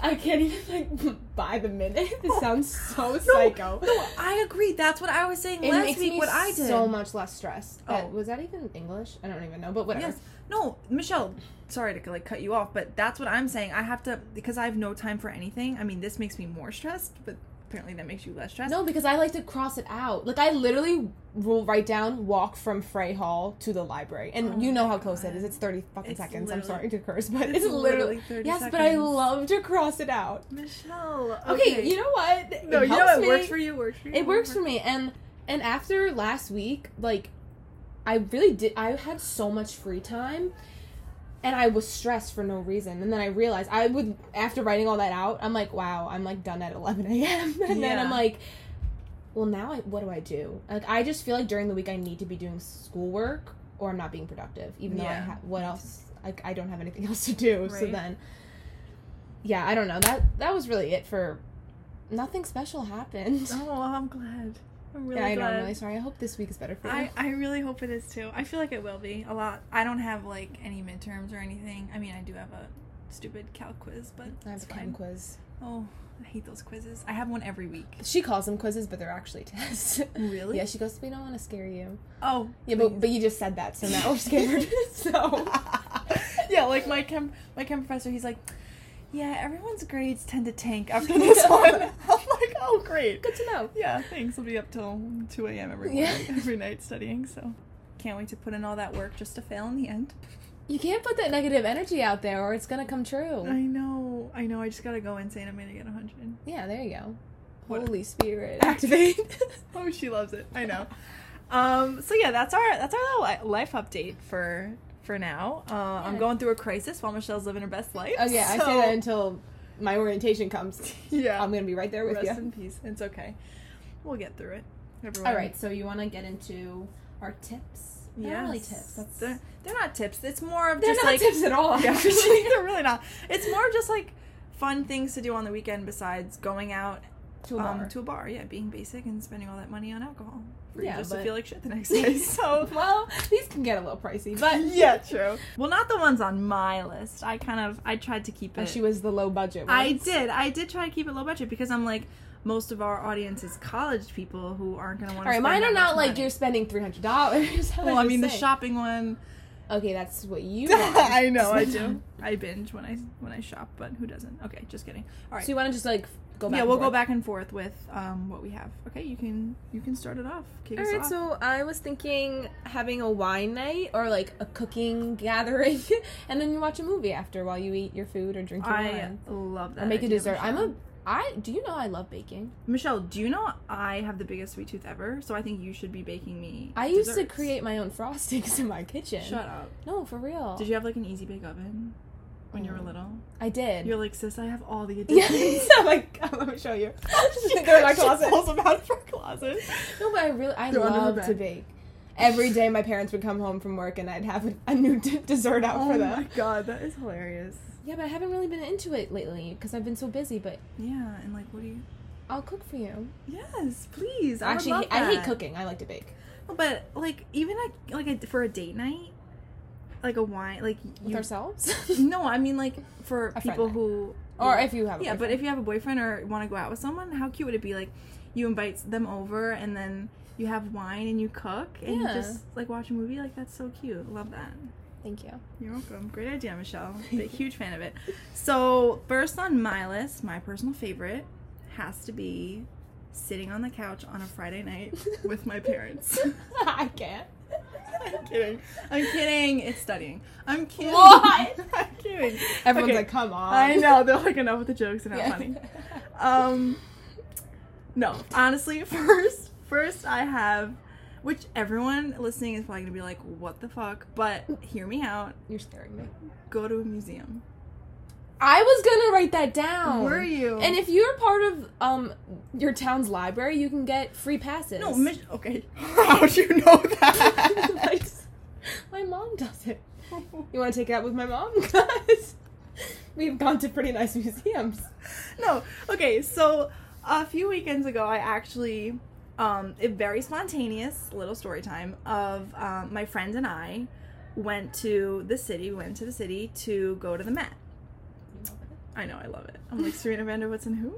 [SPEAKER 2] I can't even like [laughs] by the minute. This sounds so
[SPEAKER 1] Oh. No,
[SPEAKER 2] psycho.
[SPEAKER 1] No, I agree. That's what I was saying
[SPEAKER 2] It
[SPEAKER 1] last
[SPEAKER 2] makes
[SPEAKER 1] week.
[SPEAKER 2] me
[SPEAKER 1] What I did.
[SPEAKER 2] so much less stressed. That-
[SPEAKER 1] Oh.
[SPEAKER 2] was that even English? I don't even know, but whatever.
[SPEAKER 1] Yes. No, Michelle. Sorry to like cut you off, but that's what I'm saying. I have to because I have no time for anything. I mean, this makes me more stressed, but apparently that makes you less stressed.
[SPEAKER 2] No, because I like to cross it out. Like I literally will write down walk from Frey Hall to the library, and
[SPEAKER 1] Oh
[SPEAKER 2] you know
[SPEAKER 1] my
[SPEAKER 2] how close
[SPEAKER 1] God.
[SPEAKER 2] it is. It's thirty fucking
[SPEAKER 1] It's
[SPEAKER 2] seconds. I'm
[SPEAKER 1] literally-
[SPEAKER 2] sorry to curse, but
[SPEAKER 1] it's
[SPEAKER 2] it's, literally,
[SPEAKER 1] literally 30
[SPEAKER 2] yes. But I
[SPEAKER 1] seconds.
[SPEAKER 2] love to cross it out.
[SPEAKER 1] Michelle.
[SPEAKER 2] Okay, you know what? It
[SPEAKER 1] No, you know
[SPEAKER 2] helps
[SPEAKER 1] it
[SPEAKER 2] me.
[SPEAKER 1] works for you. Works for you.
[SPEAKER 2] It works for me, and and after last week, like, I really did. I had so much free time, and I was stressed for no reason. And then I realized I would after writing all that out, I'm like, wow, I'm like done at 11 a.m. [laughs] And then
[SPEAKER 1] Yeah.
[SPEAKER 2] I'm like, well, now I, what do I do? Like, I just feel like during the week I need to be doing schoolwork, or I'm not being productive. Even though I
[SPEAKER 1] Yeah.
[SPEAKER 2] have what else? Like, I don't have anything [laughs] else to do. So
[SPEAKER 1] Right.
[SPEAKER 2] then, yeah, I don't know. That that was really it for. Nothing special happened.
[SPEAKER 1] Oh, I'm glad. I'm really
[SPEAKER 2] yeah, I know.
[SPEAKER 1] glad.
[SPEAKER 2] I'm really sorry. I hope this week is better for you.
[SPEAKER 1] I, I really hope it is too. I feel like it will be a lot. I don't have like any midterms or anything. I mean, I do have a stupid calc quiz, but
[SPEAKER 2] I have
[SPEAKER 1] it's
[SPEAKER 2] a chem
[SPEAKER 1] fine.
[SPEAKER 2] quiz.
[SPEAKER 1] Oh, I hate those quizzes. I have one every week.
[SPEAKER 2] She calls them quizzes, but they're actually tests.
[SPEAKER 1] [laughs] Really?
[SPEAKER 2] yeah, she goes, "We don't want to scare you."
[SPEAKER 1] Oh,
[SPEAKER 2] Yeah, but but you just said that, so now
[SPEAKER 1] [laughs]
[SPEAKER 2] we're scared. so
[SPEAKER 1] yeah, like my [laughs] chem my chem professor, he's like, yeah, everyone's grades tend to tank after this
[SPEAKER 2] [laughs]
[SPEAKER 1] one. [laughs] I'm like, oh, great.
[SPEAKER 2] good to know.
[SPEAKER 1] Yeah, thanks. I'll be up till 2 a.m. every
[SPEAKER 2] Yeah.
[SPEAKER 1] night, [laughs] every night studying. So, can't wait to put in all that work just to fail in the end.
[SPEAKER 2] You can't put that negative energy out there, or it's gonna come true.
[SPEAKER 1] I know, I know. I just gotta go insane. I'm gonna get 100.
[SPEAKER 2] Yeah, there you go.
[SPEAKER 1] What-
[SPEAKER 2] Holy Spirit, [laughs] activate.
[SPEAKER 1] Oh, she loves it. I know. Um, so yeah, that's our that's our little li- life update for for now. Uh, I'm
[SPEAKER 2] Yeah.
[SPEAKER 1] going through a crisis while Michelle's living her best life.
[SPEAKER 2] oh yeah, I say
[SPEAKER 1] so-
[SPEAKER 2] that until my orientation comes.
[SPEAKER 1] yeah.
[SPEAKER 2] I'm gonna be right there with
[SPEAKER 1] Rest
[SPEAKER 2] you.
[SPEAKER 1] in peace. It's okay. We'll get through it. Everyone.
[SPEAKER 2] All right, so you want to get into our tips? They're not
[SPEAKER 1] Yeah.
[SPEAKER 2] really tips. That's
[SPEAKER 1] They're, they're not tips. It's more of
[SPEAKER 2] They're
[SPEAKER 1] just
[SPEAKER 2] not
[SPEAKER 1] like
[SPEAKER 2] tips at all.
[SPEAKER 1] [laughs] Yeah,
[SPEAKER 2] actually.
[SPEAKER 1] they're really not. It's more of just like fun things to do on the weekend besides going out
[SPEAKER 2] To a
[SPEAKER 1] um,
[SPEAKER 2] bar. [laughs]
[SPEAKER 1] to a bar. Yeah, being basic and spending all that money on alcohol. For
[SPEAKER 2] Yeah,
[SPEAKER 1] you just
[SPEAKER 2] but-
[SPEAKER 1] to feel like shit the next day. [laughs] So
[SPEAKER 2] well, these can get a little pricey,
[SPEAKER 1] [laughs]
[SPEAKER 2] but
[SPEAKER 1] yeah, true. Well, not the ones on my list. I kind of I tried to keep it.
[SPEAKER 2] Oh, she was the low budget. One.
[SPEAKER 1] I did. I did try to keep it low budget because I'm like most of our audience is college people who aren't going to
[SPEAKER 2] All
[SPEAKER 1] want to.
[SPEAKER 2] right, mine are not like
[SPEAKER 1] your.
[SPEAKER 2] you're spending three hundred dollars. [laughs]
[SPEAKER 1] Well, I mean the shopping one.
[SPEAKER 2] Okay, that's what you.
[SPEAKER 1] [laughs]
[SPEAKER 2] want.
[SPEAKER 1] I know I
[SPEAKER 2] [laughs]
[SPEAKER 1] do. [laughs] I binge when I when I shop, but who doesn't? Okay, just kidding. All right.
[SPEAKER 2] So you want to just like go back?
[SPEAKER 1] yeah,
[SPEAKER 2] and
[SPEAKER 1] we'll go
[SPEAKER 2] forth?
[SPEAKER 1] back and forth with um, what we have. Okay, you can you can start it off. Kick us
[SPEAKER 2] All right,
[SPEAKER 1] off.
[SPEAKER 2] so I was thinking having a wine night or like a cooking [laughs] gathering, and then you watch a movie after while you eat your food or drink your
[SPEAKER 1] I uh,
[SPEAKER 2] wine
[SPEAKER 1] love that.
[SPEAKER 2] or make a
[SPEAKER 1] idea,
[SPEAKER 2] dessert. I'm
[SPEAKER 1] Michelle.
[SPEAKER 2] a. I do you know I love baking.
[SPEAKER 1] Michelle. Do you know I have the biggest sweet tooth ever? So I think you should be baking me.
[SPEAKER 2] I used to
[SPEAKER 1] desserts.
[SPEAKER 2] create my own frostings [laughs] in my kitchen.
[SPEAKER 1] Shut up.
[SPEAKER 2] No, for real.
[SPEAKER 1] Did you have like an easy bake oven when you were
[SPEAKER 2] Mm.
[SPEAKER 1] little?
[SPEAKER 2] I did.
[SPEAKER 1] You're like, sis, I have all the
[SPEAKER 2] yeah. [laughs]
[SPEAKER 1] additions.
[SPEAKER 2] I'm like, oh, let me
[SPEAKER 1] [laughs]
[SPEAKER 2] show you. [laughs]
[SPEAKER 1] She-
[SPEAKER 2] They're in my
[SPEAKER 1] [laughs] she
[SPEAKER 2] closet.
[SPEAKER 1] pulls them out of her closet.
[SPEAKER 2] [laughs] No, but I really I
[SPEAKER 1] They're under her
[SPEAKER 2] love to
[SPEAKER 1] bed.
[SPEAKER 2] bake. Every day, my parents would come home from work, and I'd have a, a new d- dessert out for
[SPEAKER 1] Oh
[SPEAKER 2] them.
[SPEAKER 1] my god, that is hilarious.
[SPEAKER 2] Yeah, but I haven't really been into it lately because I've been so busy. But
[SPEAKER 1] Yeah, and like, what do you?
[SPEAKER 2] I'll cook for you.
[SPEAKER 1] Yes, please. I would
[SPEAKER 2] Actually,
[SPEAKER 1] love
[SPEAKER 2] I hate
[SPEAKER 1] that.
[SPEAKER 2] cooking. I like to bake
[SPEAKER 1] But like, even like like a, for a date night, like a wine, like
[SPEAKER 2] with
[SPEAKER 1] you.
[SPEAKER 2] ourselves.
[SPEAKER 1] [laughs]
[SPEAKER 2] [laughs]
[SPEAKER 1] No, I mean like for
[SPEAKER 2] friend
[SPEAKER 1] people
[SPEAKER 2] night.
[SPEAKER 1] who.
[SPEAKER 2] or if you have. A
[SPEAKER 1] yeah, but if you have a boyfriend or want to go out with someone, how cute would it be? Like, you invite them over and then you have wine and you cook and
[SPEAKER 2] Yeah.
[SPEAKER 1] you just like watch a movie. Like that's so cute. Love that.
[SPEAKER 2] thank you.
[SPEAKER 1] You're welcome. Great idea,
[SPEAKER 2] [laughs]
[SPEAKER 1] Michelle. Big, huge fan of it. So, first on my list, my personal favorite has to be sitting on the couch on a Friday
[SPEAKER 2] [laughs]
[SPEAKER 1] night [laughs] with my parents.
[SPEAKER 2] I can't.
[SPEAKER 1] [laughs] I'm kidding. I'm kidding. It's studying. I'm kidding.
[SPEAKER 2] What?
[SPEAKER 1] [laughs] I'm kidding.
[SPEAKER 2] Everyone's
[SPEAKER 1] Okay.
[SPEAKER 2] like, come on.
[SPEAKER 1] I
[SPEAKER 2] [laughs]
[SPEAKER 1] know. They're like, enough with the jokes. They're not
[SPEAKER 2] Yeah.
[SPEAKER 1] funny. Um, no. Honestly, [laughs] first, first I have, which everyone listening is probably gonna be like, what the fuck? But hear me out.
[SPEAKER 2] [laughs] You're scaring me.
[SPEAKER 1] Go to a museum.
[SPEAKER 2] I was gonna write that down.
[SPEAKER 1] Were you?
[SPEAKER 2] And if you're part of um your town's library, you can get free passes. [laughs]
[SPEAKER 1] No, Mich- okay. [laughs] How do you know
[SPEAKER 2] I just- my mom does it. You want to take it out with my mom? [laughs] Guys, we've gone to pretty nice museums.
[SPEAKER 1] [laughs] no. Okay, so a few weekends ago, I actually, um, a very spontaneous little story time of um, my friend and I went to the city. We went to the city to go to the Met. I know, I love it. I'm like Serena Vanderwoods and [laughs] who?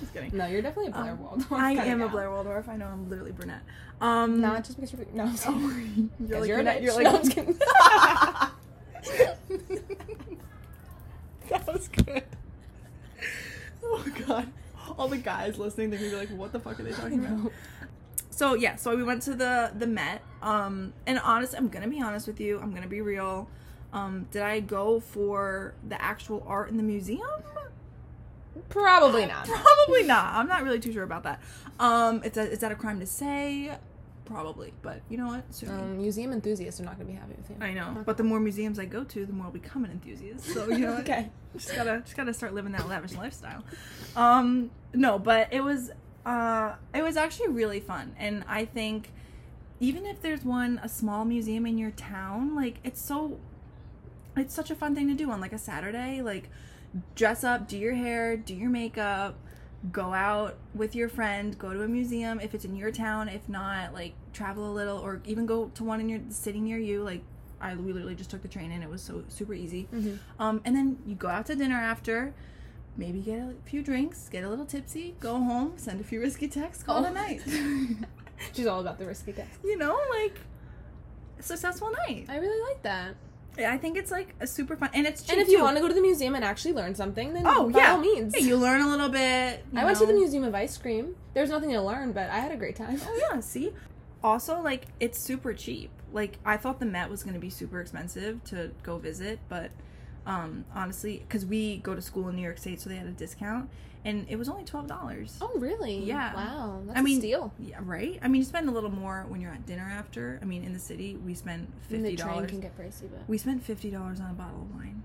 [SPEAKER 1] Just kidding.
[SPEAKER 2] No, you're definitely a Blair
[SPEAKER 1] Um,
[SPEAKER 2] Waldorf.
[SPEAKER 1] I
[SPEAKER 2] kinda
[SPEAKER 1] am a
[SPEAKER 2] gal.
[SPEAKER 1] Blair Waldorf. I know I'm literally brunette. Um,
[SPEAKER 2] Not just because you're no. I'm sorry.
[SPEAKER 1] [laughs] Oh, you're
[SPEAKER 2] 'Cause
[SPEAKER 1] like
[SPEAKER 2] you're
[SPEAKER 1] brunette.
[SPEAKER 2] a bitch.
[SPEAKER 1] You're
[SPEAKER 2] No, I'm
[SPEAKER 1] like.
[SPEAKER 2] just kidding.
[SPEAKER 1] [laughs] that was good. Oh god. all the guys listening, they're gonna be like, "What the fuck are they
[SPEAKER 2] I
[SPEAKER 1] talking about?"
[SPEAKER 2] know.
[SPEAKER 1] So yeah, so we went to the the Met. Um, and honest, I'm gonna be honest with you. I'm gonna be real. Um, did I go for the actual art in the museum?
[SPEAKER 2] Probably not.
[SPEAKER 1] Probably not. I'm not really too sure about that. Um, it's a, is that a crime to say? Probably, but you know what? Sue me.
[SPEAKER 2] Um, museum enthusiasts are not gonna be happy with you.
[SPEAKER 1] I know. But the more museums I go to, the more I'll become an enthusiast. So you know, what?
[SPEAKER 2] [laughs] okay.
[SPEAKER 1] just gotta just gotta start living that lavish lifestyle. Um, no, but it was uh, it was actually really fun, and I think even if there's one a small museum in your town, like it's so it's such a fun thing to do on like a Saturday, like dress up, do your hair, do your makeup, go out with your friend, go to a museum if it's in your town, if not, like travel a little or even go to one in your city near you, like I we literally just took the train and it was so super easy.
[SPEAKER 2] Mhm.
[SPEAKER 1] Um, and then you go out to dinner after, maybe get a few drinks, get a little tipsy, go home, send a few risky texts, call
[SPEAKER 2] Oh.
[SPEAKER 1] it a
[SPEAKER 2] [laughs]
[SPEAKER 1] night.
[SPEAKER 2] She's all about the risky guess.
[SPEAKER 1] you know, like successful night.
[SPEAKER 2] I really like that.
[SPEAKER 1] I think it's like a super fun, and it's cheap
[SPEAKER 2] and if you
[SPEAKER 1] too.
[SPEAKER 2] want to go to the museum and actually learn something, then
[SPEAKER 1] Oh,
[SPEAKER 2] by
[SPEAKER 1] yeah.
[SPEAKER 2] all means.
[SPEAKER 1] Yeah, you learn a little bit. you
[SPEAKER 2] I went to the
[SPEAKER 1] know.
[SPEAKER 2] Museum of Ice Cream. There's nothing to learn, but I had a great time.
[SPEAKER 1] Oh yeah, see. Also, like it's super cheap. Like I thought the Met was gonna be super expensive to go visit, but um honestly, because we go to school in New York State, so they had a discount, and it was only twelve dollars.
[SPEAKER 2] Oh, really?
[SPEAKER 1] Yeah.
[SPEAKER 2] Wow. That's
[SPEAKER 1] I mean,
[SPEAKER 2] a steal.
[SPEAKER 1] Yeah, right. I mean, you spend a little more when you're at dinner after. I mean, in the city, we spent
[SPEAKER 2] And
[SPEAKER 1] fifty
[SPEAKER 2] the train
[SPEAKER 1] dollars.
[SPEAKER 2] can get pricey, but
[SPEAKER 1] We spent fifty dollars on a bottle of wine,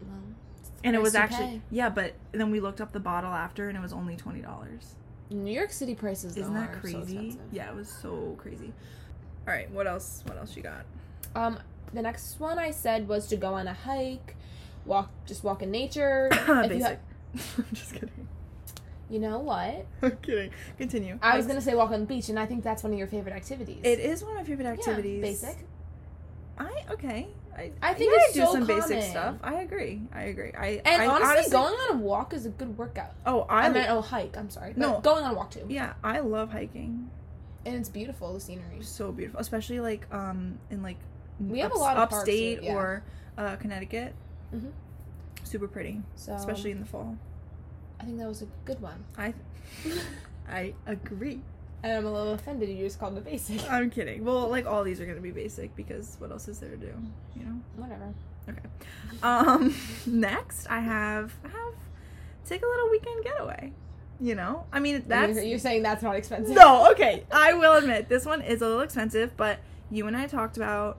[SPEAKER 2] well, it's the
[SPEAKER 1] and it
[SPEAKER 2] price
[SPEAKER 1] was
[SPEAKER 2] you
[SPEAKER 1] actually
[SPEAKER 2] pay.
[SPEAKER 1] yeah. But then we looked up the bottle after, and it was only twenty dollars.
[SPEAKER 2] New York City prices.
[SPEAKER 1] Isn't
[SPEAKER 2] though,
[SPEAKER 1] that
[SPEAKER 2] are so
[SPEAKER 1] crazy?
[SPEAKER 2] expensive.
[SPEAKER 1] yeah, it was so crazy. All right, what else? What else you got?
[SPEAKER 2] Um, the next one I said was to go on a hike, walk, just walk in [coughs] nature. [coughs] If you, ha-
[SPEAKER 1] Basic. [laughs] I'm just kidding. [laughs]
[SPEAKER 2] you know what?
[SPEAKER 1] I'm kidding. Continue.
[SPEAKER 2] I was gonna say walk on the beach, and I think that's one of your favorite activities.
[SPEAKER 1] It is one of my favorite
[SPEAKER 2] Yeah,
[SPEAKER 1] activities.
[SPEAKER 2] basic.
[SPEAKER 1] I okay. I,
[SPEAKER 2] I think
[SPEAKER 1] yeah,
[SPEAKER 2] it's
[SPEAKER 1] I do
[SPEAKER 2] so
[SPEAKER 1] some basic
[SPEAKER 2] common.
[SPEAKER 1] stuff. I agree. I agree. I
[SPEAKER 2] And
[SPEAKER 1] I
[SPEAKER 2] honestly, going on a walk is a good workout.
[SPEAKER 1] Oh,
[SPEAKER 2] I,
[SPEAKER 1] I,
[SPEAKER 2] meant oh hike. I'm sorry. but
[SPEAKER 1] No.
[SPEAKER 2] going on a walk too,
[SPEAKER 1] yeah. I love hiking.
[SPEAKER 2] and it's beautiful the scenery.
[SPEAKER 1] So beautiful, especially like um in like
[SPEAKER 2] We have a lot of parks
[SPEAKER 1] upstate
[SPEAKER 2] here, yeah.
[SPEAKER 1] or uh, Connecticut.
[SPEAKER 2] Mhm.
[SPEAKER 1] Super pretty,
[SPEAKER 2] So
[SPEAKER 1] especially in the fall.
[SPEAKER 2] I think that was a good one.
[SPEAKER 1] I I agree.
[SPEAKER 2] [laughs] And I'm a little offended you just called it basic. [laughs]
[SPEAKER 1] I'm kidding. Well, like all these are gonna be basic because what else is there to do? You know.
[SPEAKER 2] Whatever.
[SPEAKER 1] Um, [laughs] next, I have I have take a little weekend getaway. You know, I mean that's
[SPEAKER 2] You're, you're saying that's not expensive. [laughs]
[SPEAKER 1] no okay. I will admit this one is a little expensive, but you and I talked about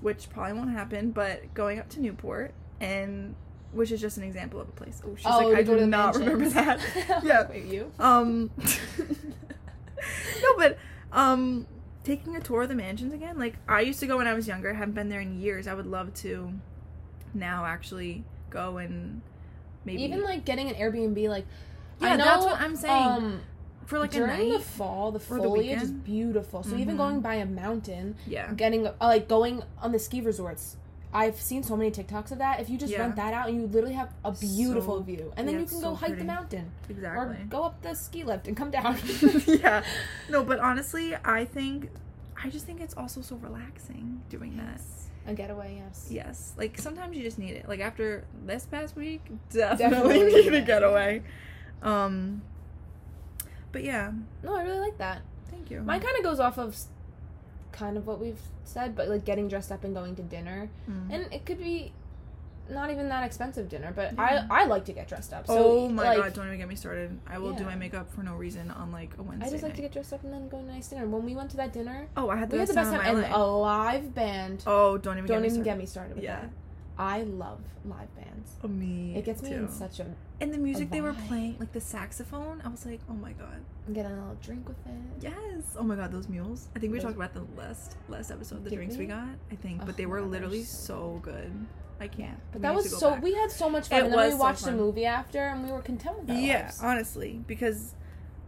[SPEAKER 1] which probably won't happen, but going up to Newport and which is just an example of a place. Oh, she's
[SPEAKER 2] oh,
[SPEAKER 1] like I
[SPEAKER 2] to go
[SPEAKER 1] do
[SPEAKER 2] to the
[SPEAKER 1] not
[SPEAKER 2] mansions.
[SPEAKER 1] remember
[SPEAKER 2] [laughs]
[SPEAKER 1] that. Yeah.
[SPEAKER 2] yeah. Wait, you? [laughs]
[SPEAKER 1] Um, no, but um, taking a tour of the mansions again. Like I used to go when I was younger. I haven't been there in years. I would love to now actually go and maybe
[SPEAKER 2] Even like getting an Airbnb, like
[SPEAKER 1] yeah.
[SPEAKER 2] I know,
[SPEAKER 1] that's what I'm saying.
[SPEAKER 2] um,
[SPEAKER 1] For like a
[SPEAKER 2] during
[SPEAKER 1] night,
[SPEAKER 2] the fall, the
[SPEAKER 1] or the
[SPEAKER 2] foliage is
[SPEAKER 1] weekend.
[SPEAKER 2] beautiful. So even
[SPEAKER 1] Mhm.
[SPEAKER 2] going by a mountain,
[SPEAKER 1] yeah.
[SPEAKER 2] getting uh, like going on the ski resorts. I've seen so many TikToks of that. If you just
[SPEAKER 1] Yeah.
[SPEAKER 2] rent that out and you literally have a beautiful
[SPEAKER 1] So-
[SPEAKER 2] view, and then
[SPEAKER 1] yeah,
[SPEAKER 2] you
[SPEAKER 1] it's
[SPEAKER 2] can
[SPEAKER 1] so
[SPEAKER 2] go hike
[SPEAKER 1] pretty.
[SPEAKER 2] the mountain
[SPEAKER 1] Exactly.
[SPEAKER 2] or go up the ski lift and come down.
[SPEAKER 1] [laughs] yeah. No, but honestly, I think I just think it's also so relaxing doing that.
[SPEAKER 2] A getaway, yes.
[SPEAKER 1] Yes, like sometimes you just need it. Like after this past week, definitely,
[SPEAKER 2] Definitely,
[SPEAKER 1] need a
[SPEAKER 2] yeah.
[SPEAKER 1] getaway. Um, but yeah,
[SPEAKER 2] No, I really like that.
[SPEAKER 1] thank you.
[SPEAKER 2] Mine kind of goes off of s- kind of what we've said, but like getting dressed up and going to dinner,
[SPEAKER 1] Mm.
[SPEAKER 2] and it could be not even that expensive dinner. But
[SPEAKER 1] Yeah.
[SPEAKER 2] I I like to get dressed up. So,
[SPEAKER 1] Mm-hmm. oh my
[SPEAKER 2] like,
[SPEAKER 1] god! Don't even get me started. I will do
[SPEAKER 2] Yeah.
[SPEAKER 1] my makeup for no reason on like a Wednesday.
[SPEAKER 2] I just like to
[SPEAKER 1] night.
[SPEAKER 2] get dressed up and then go to nice dinner. When we went to that dinner,
[SPEAKER 1] Oh, I had the
[SPEAKER 2] we had
[SPEAKER 1] best,
[SPEAKER 2] the best
[SPEAKER 1] time,
[SPEAKER 2] time,
[SPEAKER 1] of
[SPEAKER 2] and
[SPEAKER 1] my
[SPEAKER 2] a
[SPEAKER 1] life.
[SPEAKER 2] live band.
[SPEAKER 1] Oh, don't even
[SPEAKER 2] Don't
[SPEAKER 1] get
[SPEAKER 2] even
[SPEAKER 1] me
[SPEAKER 2] get me started with
[SPEAKER 1] Yeah.
[SPEAKER 2] that. I love live bands.
[SPEAKER 1] started. Oh, me.
[SPEAKER 2] It gets me in
[SPEAKER 1] too.
[SPEAKER 2] such a
[SPEAKER 1] And the music they were
[SPEAKER 2] vibe.
[SPEAKER 1] playing, like the saxophone, I was like, oh my god,
[SPEAKER 2] get on a little drink with it.
[SPEAKER 1] yes. Oh my god, those mules. I think we
[SPEAKER 2] Those-
[SPEAKER 1] talked about the last last episode, the
[SPEAKER 2] Did
[SPEAKER 1] drinks
[SPEAKER 2] we?
[SPEAKER 1] we got. I think,
[SPEAKER 2] Oh
[SPEAKER 1] but they
[SPEAKER 2] my
[SPEAKER 1] were
[SPEAKER 2] God, they're
[SPEAKER 1] literally
[SPEAKER 2] so
[SPEAKER 1] so good. I can't.
[SPEAKER 2] But
[SPEAKER 1] We
[SPEAKER 2] that
[SPEAKER 1] need to
[SPEAKER 2] was
[SPEAKER 1] go
[SPEAKER 2] so
[SPEAKER 1] back.
[SPEAKER 2] we had so much fun.
[SPEAKER 1] It
[SPEAKER 2] and then
[SPEAKER 1] was
[SPEAKER 2] we
[SPEAKER 1] so
[SPEAKER 2] watched the
[SPEAKER 1] fun.
[SPEAKER 2] movie after and we were content with our
[SPEAKER 1] yeah
[SPEAKER 2] lives.
[SPEAKER 1] honestly because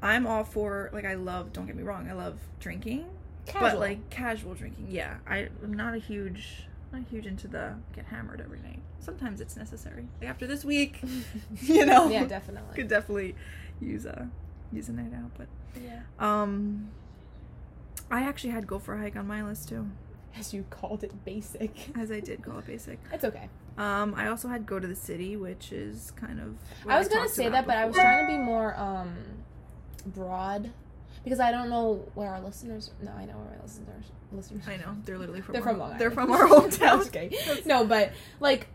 [SPEAKER 1] i'm all for like i love don't get me wrong i love drinking but
[SPEAKER 2] Casual.
[SPEAKER 1] like casual drinking yeah I, i'm not a huge not huge into the get hammered every night sometimes it's necessary like after this week [laughs] you know
[SPEAKER 2] [laughs] yeah,
[SPEAKER 1] [laughs]
[SPEAKER 2] definitely.
[SPEAKER 1] could definitely use a use a night out but
[SPEAKER 2] Yeah.
[SPEAKER 1] um i actually had go for a hike on my list too
[SPEAKER 2] [laughs] As you called it basic.
[SPEAKER 1] as i did call it basic
[SPEAKER 2] It's okay.
[SPEAKER 1] Um, I also had go to the city, which is kind of. what
[SPEAKER 2] I was gonna
[SPEAKER 1] talked
[SPEAKER 2] say that,
[SPEAKER 1] about
[SPEAKER 2] but I was
[SPEAKER 1] before.
[SPEAKER 2] trying to be more um broad because I don't know where our listeners. No, I know where my listeners listeners. [laughs]
[SPEAKER 1] I know they're literally from.
[SPEAKER 2] They're
[SPEAKER 1] our,
[SPEAKER 2] from Long Island.
[SPEAKER 1] They're from
[SPEAKER 2] [laughs]
[SPEAKER 1] our
[SPEAKER 2] I'm
[SPEAKER 1] hometown.
[SPEAKER 2] just kidding. No, but like,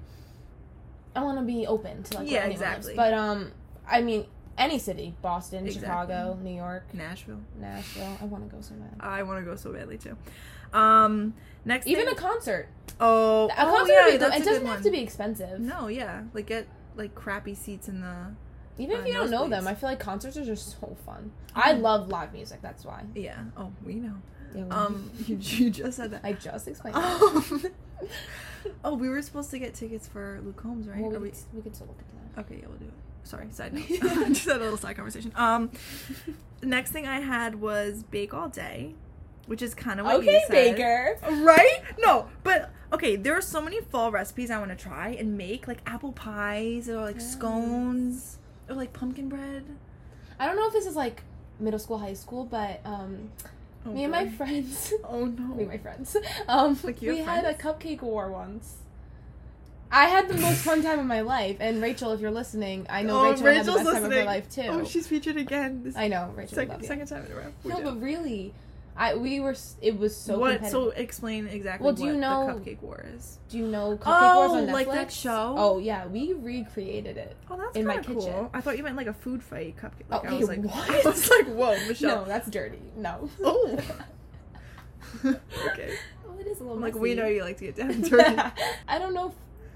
[SPEAKER 2] I want to be open to like. where
[SPEAKER 1] Yeah,
[SPEAKER 2] anyone lives.
[SPEAKER 1] exactly.
[SPEAKER 2] But um, I mean, any city: Boston,
[SPEAKER 1] Exactly.
[SPEAKER 2] Chicago, New York,
[SPEAKER 1] Nashville.
[SPEAKER 2] Nashville. I want to go so bad.
[SPEAKER 1] I want to go so badly too. Um, next
[SPEAKER 2] Even
[SPEAKER 1] thing,
[SPEAKER 2] a concert.
[SPEAKER 1] oh,
[SPEAKER 2] A
[SPEAKER 1] oh,
[SPEAKER 2] concert.
[SPEAKER 1] yeah,
[SPEAKER 2] would be,
[SPEAKER 1] that's
[SPEAKER 2] it
[SPEAKER 1] a
[SPEAKER 2] doesn't
[SPEAKER 1] good
[SPEAKER 2] have
[SPEAKER 1] one.
[SPEAKER 2] to be expensive.
[SPEAKER 1] No, yeah, like get like crappy seats in the
[SPEAKER 2] Even
[SPEAKER 1] Uh,
[SPEAKER 2] if you don't know them,
[SPEAKER 1] nosebleeds.
[SPEAKER 2] I feel like concerts are just so fun. I
[SPEAKER 1] Mhm.
[SPEAKER 2] love live music. That's why.
[SPEAKER 1] yeah. Oh, we
[SPEAKER 2] [laughs]
[SPEAKER 1] know.
[SPEAKER 2] Yeah, well,
[SPEAKER 1] [laughs] Um, you, you just said that.
[SPEAKER 2] I just
[SPEAKER 1] [laughs]
[SPEAKER 2] explained. that.
[SPEAKER 1] Um, oh, we were supposed to get tickets for Luke Holmes, right?
[SPEAKER 2] Well,
[SPEAKER 1] Are
[SPEAKER 2] we,
[SPEAKER 1] we-
[SPEAKER 2] could, we could still look at
[SPEAKER 1] Okay, yeah, we'll do it. Sorry,
[SPEAKER 2] [laughs]
[SPEAKER 1] side note. [laughs] Just had a little side conversation. Um, next thing I had was bake all day, which is kind of
[SPEAKER 2] that.
[SPEAKER 1] what
[SPEAKER 2] Okay,
[SPEAKER 1] you said.
[SPEAKER 2] Baker.
[SPEAKER 1] Right? No, but okay, there are so many fall recipes I want to try and make, like apple pies or like
[SPEAKER 2] Yes.
[SPEAKER 1] scones or like pumpkin bread.
[SPEAKER 2] I don't know if this is like middle school, high school, but um,
[SPEAKER 1] Oh,
[SPEAKER 2] me and my
[SPEAKER 1] boy.
[SPEAKER 2] friends, [laughs]
[SPEAKER 1] Oh no.
[SPEAKER 2] me and my friends, um,
[SPEAKER 1] Like your
[SPEAKER 2] we had a cupcake war once. I had the most fun time of my life, and Rachel, if you're listening, I know
[SPEAKER 1] Oh,
[SPEAKER 2] Rachel had the
[SPEAKER 1] Rachel's
[SPEAKER 2] best time of her
[SPEAKER 1] listening.
[SPEAKER 2] life too.
[SPEAKER 1] Oh, she's featured again. This
[SPEAKER 2] I know Rachel. we
[SPEAKER 1] second,
[SPEAKER 2] love you.
[SPEAKER 1] second time in a row. We
[SPEAKER 2] no,
[SPEAKER 1] did.
[SPEAKER 2] but really, I we were. s- It was so.
[SPEAKER 1] what?
[SPEAKER 2] competitive.
[SPEAKER 1] So explain exactly
[SPEAKER 2] Well, do
[SPEAKER 1] what
[SPEAKER 2] you know-
[SPEAKER 1] the cupcake war is.
[SPEAKER 2] Do you know Cupcake Wars on
[SPEAKER 1] Oh,
[SPEAKER 2] Netflix?
[SPEAKER 1] like that show?
[SPEAKER 2] Oh yeah, we recreated it.
[SPEAKER 1] Oh, that's
[SPEAKER 2] in
[SPEAKER 1] kind
[SPEAKER 2] my
[SPEAKER 1] of cool.
[SPEAKER 2] kitchen.
[SPEAKER 1] I thought you meant like a food fight cupcake. Like, I
[SPEAKER 2] Okay,
[SPEAKER 1] was like,
[SPEAKER 2] [laughs]
[SPEAKER 1] [laughs]
[SPEAKER 2] what?
[SPEAKER 1] I was like, whoa, Oh, Michelle.
[SPEAKER 2] No, that's dirty. No. [laughs]
[SPEAKER 1] Oh. [laughs] okay.
[SPEAKER 2] Well, Oh, it is a little.
[SPEAKER 1] I'm like,
[SPEAKER 2] messy.
[SPEAKER 1] we
[SPEAKER 2] [laughs]
[SPEAKER 1] know you like to get down dirty. no,
[SPEAKER 2] I don't know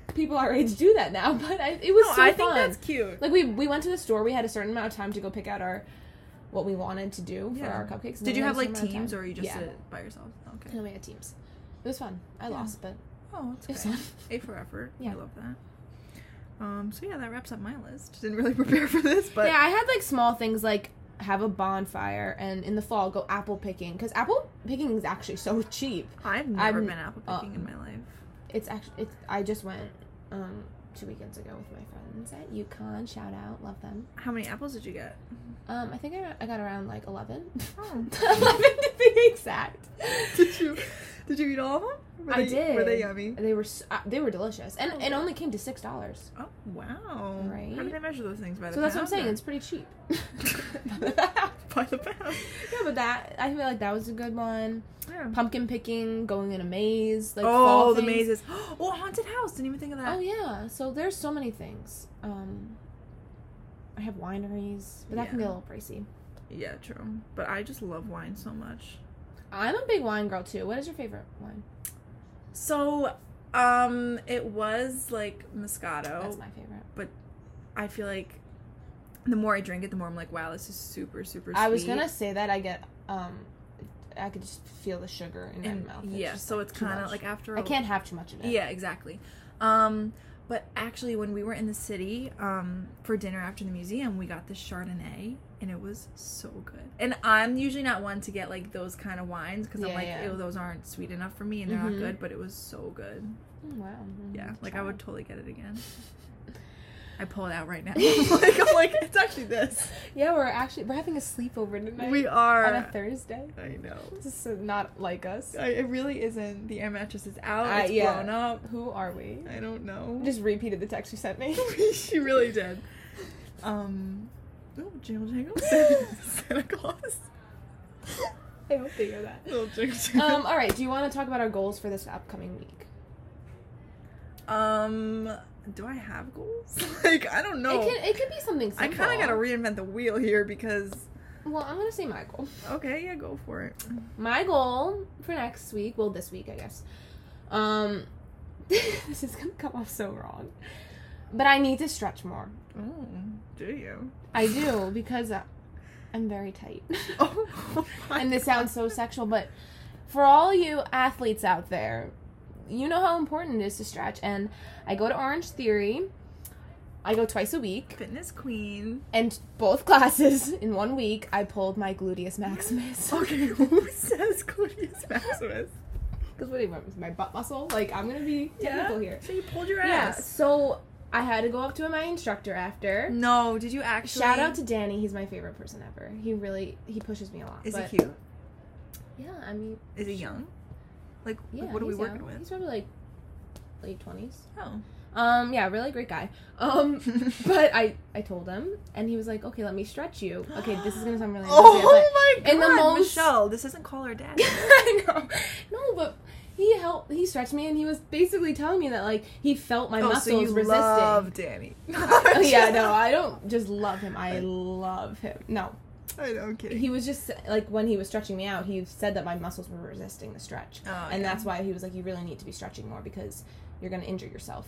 [SPEAKER 2] if people our age do that now, [laughs] but I, it was so
[SPEAKER 1] I
[SPEAKER 2] fun.
[SPEAKER 1] think that's cute.
[SPEAKER 2] Like we we went to the store. We had a certain amount of time to go pick out our what we wanted to do for
[SPEAKER 1] Yeah.
[SPEAKER 2] our cupcakes. and
[SPEAKER 1] Did
[SPEAKER 2] then
[SPEAKER 1] you
[SPEAKER 2] we
[SPEAKER 1] have
[SPEAKER 2] had a
[SPEAKER 1] like
[SPEAKER 2] certain amount of
[SPEAKER 1] teams
[SPEAKER 2] time.
[SPEAKER 1] or you just
[SPEAKER 2] yeah.
[SPEAKER 1] did it by yourself? Okay.
[SPEAKER 2] No, we had teams. It was fun. I
[SPEAKER 1] Yeah.
[SPEAKER 2] lost, but
[SPEAKER 1] Oh,
[SPEAKER 2] it was
[SPEAKER 1] it's okay.
[SPEAKER 2] fun.
[SPEAKER 1] A for effort.
[SPEAKER 2] Yeah.
[SPEAKER 1] I love that. Um, so yeah, that wraps up my list. Didn't really [laughs] prepare for this, but
[SPEAKER 2] yeah, I had like small things like have a bonfire and in the fall go apple picking because apple picking is actually so cheap.
[SPEAKER 1] I've never
[SPEAKER 2] I'm-
[SPEAKER 1] been apple
[SPEAKER 2] uh,
[SPEAKER 1] picking in my life.
[SPEAKER 2] It's actually it's, I just went um two weekends ago with my friends at UConn. Shout out, love them.
[SPEAKER 1] How many apples did you
[SPEAKER 2] [laughs]
[SPEAKER 1] get?
[SPEAKER 2] Um, I think I, I got around like eleven.
[SPEAKER 1] Oh.
[SPEAKER 2] [laughs] eleven to be exact.
[SPEAKER 1] Did you did you eat all of them? Were
[SPEAKER 2] I
[SPEAKER 1] they, Were
[SPEAKER 2] did.
[SPEAKER 1] they yummy?
[SPEAKER 2] They were s- uh, they were delicious and
[SPEAKER 1] Oh.
[SPEAKER 2] it only came to six dollars.
[SPEAKER 1] Oh wow! How do
[SPEAKER 2] Right?
[SPEAKER 1] they measure those things by the?
[SPEAKER 2] So that's what I'm
[SPEAKER 1] pound
[SPEAKER 2] saying.
[SPEAKER 1] or-
[SPEAKER 2] It's pretty cheap. [laughs] yeah,
[SPEAKER 1] [laughs] by
[SPEAKER 2] [laughs]
[SPEAKER 1] the pound.
[SPEAKER 2] but that I feel like that was a good one.
[SPEAKER 1] Yeah.
[SPEAKER 2] pumpkin picking, going in a maze, like fall
[SPEAKER 1] oh, the
[SPEAKER 2] things.
[SPEAKER 1] mazes. [gasps] Oh, haunted house. Didn't even think of that.
[SPEAKER 2] Oh yeah, so there's so many things. Um, I have wineries, but that can get
[SPEAKER 1] Yeah.
[SPEAKER 2] a little pricey.
[SPEAKER 1] yeah, true. But I just love wine so much.
[SPEAKER 2] I'm a big wine girl too. What is your favorite wine?
[SPEAKER 1] So, um, it was like Moscato.
[SPEAKER 2] That's my favorite.
[SPEAKER 1] I feel like the more I drink it, the more I'm like, wow, this is super, super. sweet.
[SPEAKER 2] I was gonna say that I get um, I could just feel the sugar in my
[SPEAKER 1] And,
[SPEAKER 2] mouth. It's
[SPEAKER 1] yeah,
[SPEAKER 2] just,
[SPEAKER 1] so it's
[SPEAKER 2] too
[SPEAKER 1] kind of
[SPEAKER 2] much.
[SPEAKER 1] like after.
[SPEAKER 2] I
[SPEAKER 1] a-
[SPEAKER 2] can't have too much of it.
[SPEAKER 1] Yeah, exactly. Um, but actually, when we were in the city um, for dinner after the museum, we got this Chardonnay, and it was so good. And I'm usually not one to get like those kind of wines because I'm
[SPEAKER 2] Yeah,
[SPEAKER 1] like,
[SPEAKER 2] yeah.
[SPEAKER 1] ew, those aren't sweet enough for me, and they're
[SPEAKER 2] Mhm.
[SPEAKER 1] not good. But it was so good.
[SPEAKER 2] Mm, wow. Mm,
[SPEAKER 1] Yeah, like I
[SPEAKER 2] try.
[SPEAKER 1] would totally get it
[SPEAKER 2] [laughs]
[SPEAKER 1] again. I pull it out right now. [laughs] like I'm like, it's actually this.
[SPEAKER 2] Yeah, we're actually we're having a sleepover tonight
[SPEAKER 1] We
[SPEAKER 2] on a
[SPEAKER 1] are.
[SPEAKER 2] Thursday.
[SPEAKER 1] I know.
[SPEAKER 2] This is not like us.
[SPEAKER 1] I, it really isn't. The air mattress is out.
[SPEAKER 2] I-
[SPEAKER 1] it's
[SPEAKER 2] yeah.
[SPEAKER 1] blown up.
[SPEAKER 2] Who are we?
[SPEAKER 1] I don't know.
[SPEAKER 2] Just repeated the text you sent me. [laughs]
[SPEAKER 1] [laughs] she really did. Um, oh, jingle jangle, [laughs] Santa Claus,
[SPEAKER 2] I hope they hear that.
[SPEAKER 1] [laughs] little jingle jangle.
[SPEAKER 2] Um, all right. Do you want to talk about our goals for this upcoming week?
[SPEAKER 1] Um, do I have goals? [laughs] like, I don't know.
[SPEAKER 2] It could it could be something simple.
[SPEAKER 1] I kind of gotta reinvent the wheel here because.
[SPEAKER 2] well, I'm gonna say my goal.
[SPEAKER 1] Okay, yeah, go for it.
[SPEAKER 2] My goal for next week, well, this week, I guess. Um, [laughs] this is gonna come off so wrong, but I need to stretch more.
[SPEAKER 1] Oh, do you? [laughs]
[SPEAKER 2] I do because I- I'm very tight.
[SPEAKER 1] Oh, my
[SPEAKER 2] [laughs] and this sounds so sexual, but for all you athletes out there, you know how important it is to stretch. And I go to Orange Theory. I go twice a week.
[SPEAKER 1] fitness queen.
[SPEAKER 2] [laughs] And both classes in one week, I pulled my gluteus maximus.
[SPEAKER 1] Okay,
[SPEAKER 2] [laughs]
[SPEAKER 1] who says Claudius [laughs] Maximus?
[SPEAKER 2] Because what do you want? My butt muscle? Like, I'm gonna be technical
[SPEAKER 1] Yeah.
[SPEAKER 2] here.
[SPEAKER 1] So you pulled your
[SPEAKER 2] Yeah.
[SPEAKER 1] ass.
[SPEAKER 2] So I had to go up to my instructor after.
[SPEAKER 1] No, did you actually?
[SPEAKER 2] Shout out to Danny. He's my favorite person ever. He really he pushes me a lot.
[SPEAKER 1] Is
[SPEAKER 2] but-
[SPEAKER 1] he cute?
[SPEAKER 2] Yeah. I mean,
[SPEAKER 1] Is he young? Like,
[SPEAKER 2] yeah.
[SPEAKER 1] what are we
[SPEAKER 2] he's
[SPEAKER 1] working
[SPEAKER 2] young.
[SPEAKER 1] with?
[SPEAKER 2] He's probably like late twenties.
[SPEAKER 1] Oh,
[SPEAKER 2] Um, yeah, really great guy. Um, [laughs] but I I told him, and he was like, "Okay, let me stretch you." Okay, this is gonna
[SPEAKER 1] [gasps]
[SPEAKER 2] sound really
[SPEAKER 1] [laughs] Oh my
[SPEAKER 2] inappropriate, but-
[SPEAKER 1] god,
[SPEAKER 2] in the most-
[SPEAKER 1] Michelle, this isn't call her dad.
[SPEAKER 2] [laughs] I know. No, but he helped. He stretched me, and he was basically telling me that like he felt my
[SPEAKER 1] oh,
[SPEAKER 2] muscles
[SPEAKER 1] so you
[SPEAKER 2] resisting.
[SPEAKER 1] love Danny.
[SPEAKER 2] [laughs] Oh, yeah, no, I don't just love him. I love him. No,
[SPEAKER 1] [laughs] I know, I'm kidding.
[SPEAKER 2] he was just like when he was stretching me out, he said that my muscles were resisting the stretch,
[SPEAKER 1] Oh,
[SPEAKER 2] and
[SPEAKER 1] yeah.
[SPEAKER 2] that's why he was like, "You really need to be stretching more because you're gonna injure yourself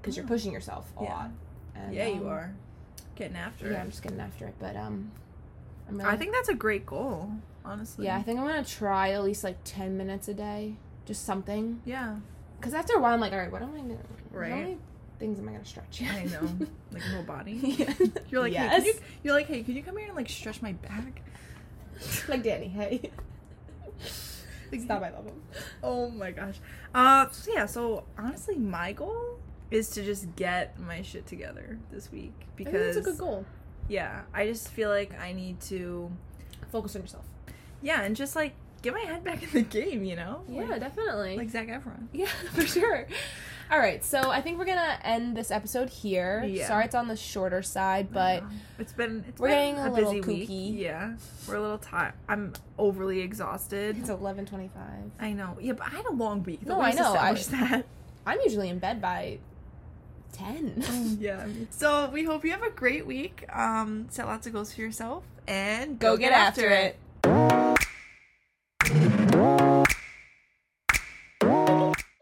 [SPEAKER 2] because you're
[SPEAKER 1] Oh.
[SPEAKER 2] pushing yourself a
[SPEAKER 1] Yeah.
[SPEAKER 2] lot." And,
[SPEAKER 1] Yeah, you
[SPEAKER 2] um,
[SPEAKER 1] are getting after
[SPEAKER 2] Yeah, I'm
[SPEAKER 1] it.
[SPEAKER 2] just getting after it, but um, I'm really,
[SPEAKER 1] I think that's a great goal, honestly.
[SPEAKER 2] yeah, I think I'm gonna try at least like ten minutes a day, just something.
[SPEAKER 1] Yeah,
[SPEAKER 2] Because after a while, I'm like, all right, what am I gonna?
[SPEAKER 1] Right.
[SPEAKER 2] How many things am I gonna stretch?
[SPEAKER 1] I
[SPEAKER 2] [laughs]
[SPEAKER 1] know. like whole body.
[SPEAKER 2] Yeah.
[SPEAKER 1] You're like,
[SPEAKER 2] yes.
[SPEAKER 1] hey, can you, you're like, hey, can you come here and like stretch my
[SPEAKER 2] [laughs]
[SPEAKER 1] back?
[SPEAKER 2] like Danny. Hey,
[SPEAKER 1] Like,
[SPEAKER 2] stop! I love him.
[SPEAKER 1] Oh my gosh. Uh, so yeah. So honestly, my goal is to just get my shit together this week
[SPEAKER 2] I think
[SPEAKER 1] because
[SPEAKER 2] that's a good goal.
[SPEAKER 1] yeah, I just feel like I need to
[SPEAKER 2] Focus on yourself.
[SPEAKER 1] yeah, and just like get my head back in the game, you know? Like,
[SPEAKER 2] definitely.
[SPEAKER 1] like Zach Efron.
[SPEAKER 2] [laughs] yeah, for sure. All right, so I think we're gonna end this episode here.
[SPEAKER 1] Yeah.
[SPEAKER 2] Sorry, it's on the shorter side, but
[SPEAKER 1] Yeah. it's been it's
[SPEAKER 2] We're
[SPEAKER 1] been
[SPEAKER 2] getting a
[SPEAKER 1] busy
[SPEAKER 2] little
[SPEAKER 1] week.
[SPEAKER 2] kooky.
[SPEAKER 1] Yeah, we're a little tired. I'm overly exhausted.
[SPEAKER 2] it's eleven twenty-five.
[SPEAKER 1] I know. Yeah, but I had a long week.
[SPEAKER 2] No, I
[SPEAKER 1] We've
[SPEAKER 2] know. I-
[SPEAKER 1] established
[SPEAKER 2] [laughs]
[SPEAKER 1] that.
[SPEAKER 2] I'm usually in bed by ten.
[SPEAKER 1] yeah. So we hope you have a great week. Um, set lots of goals for yourself and
[SPEAKER 2] Go get after it.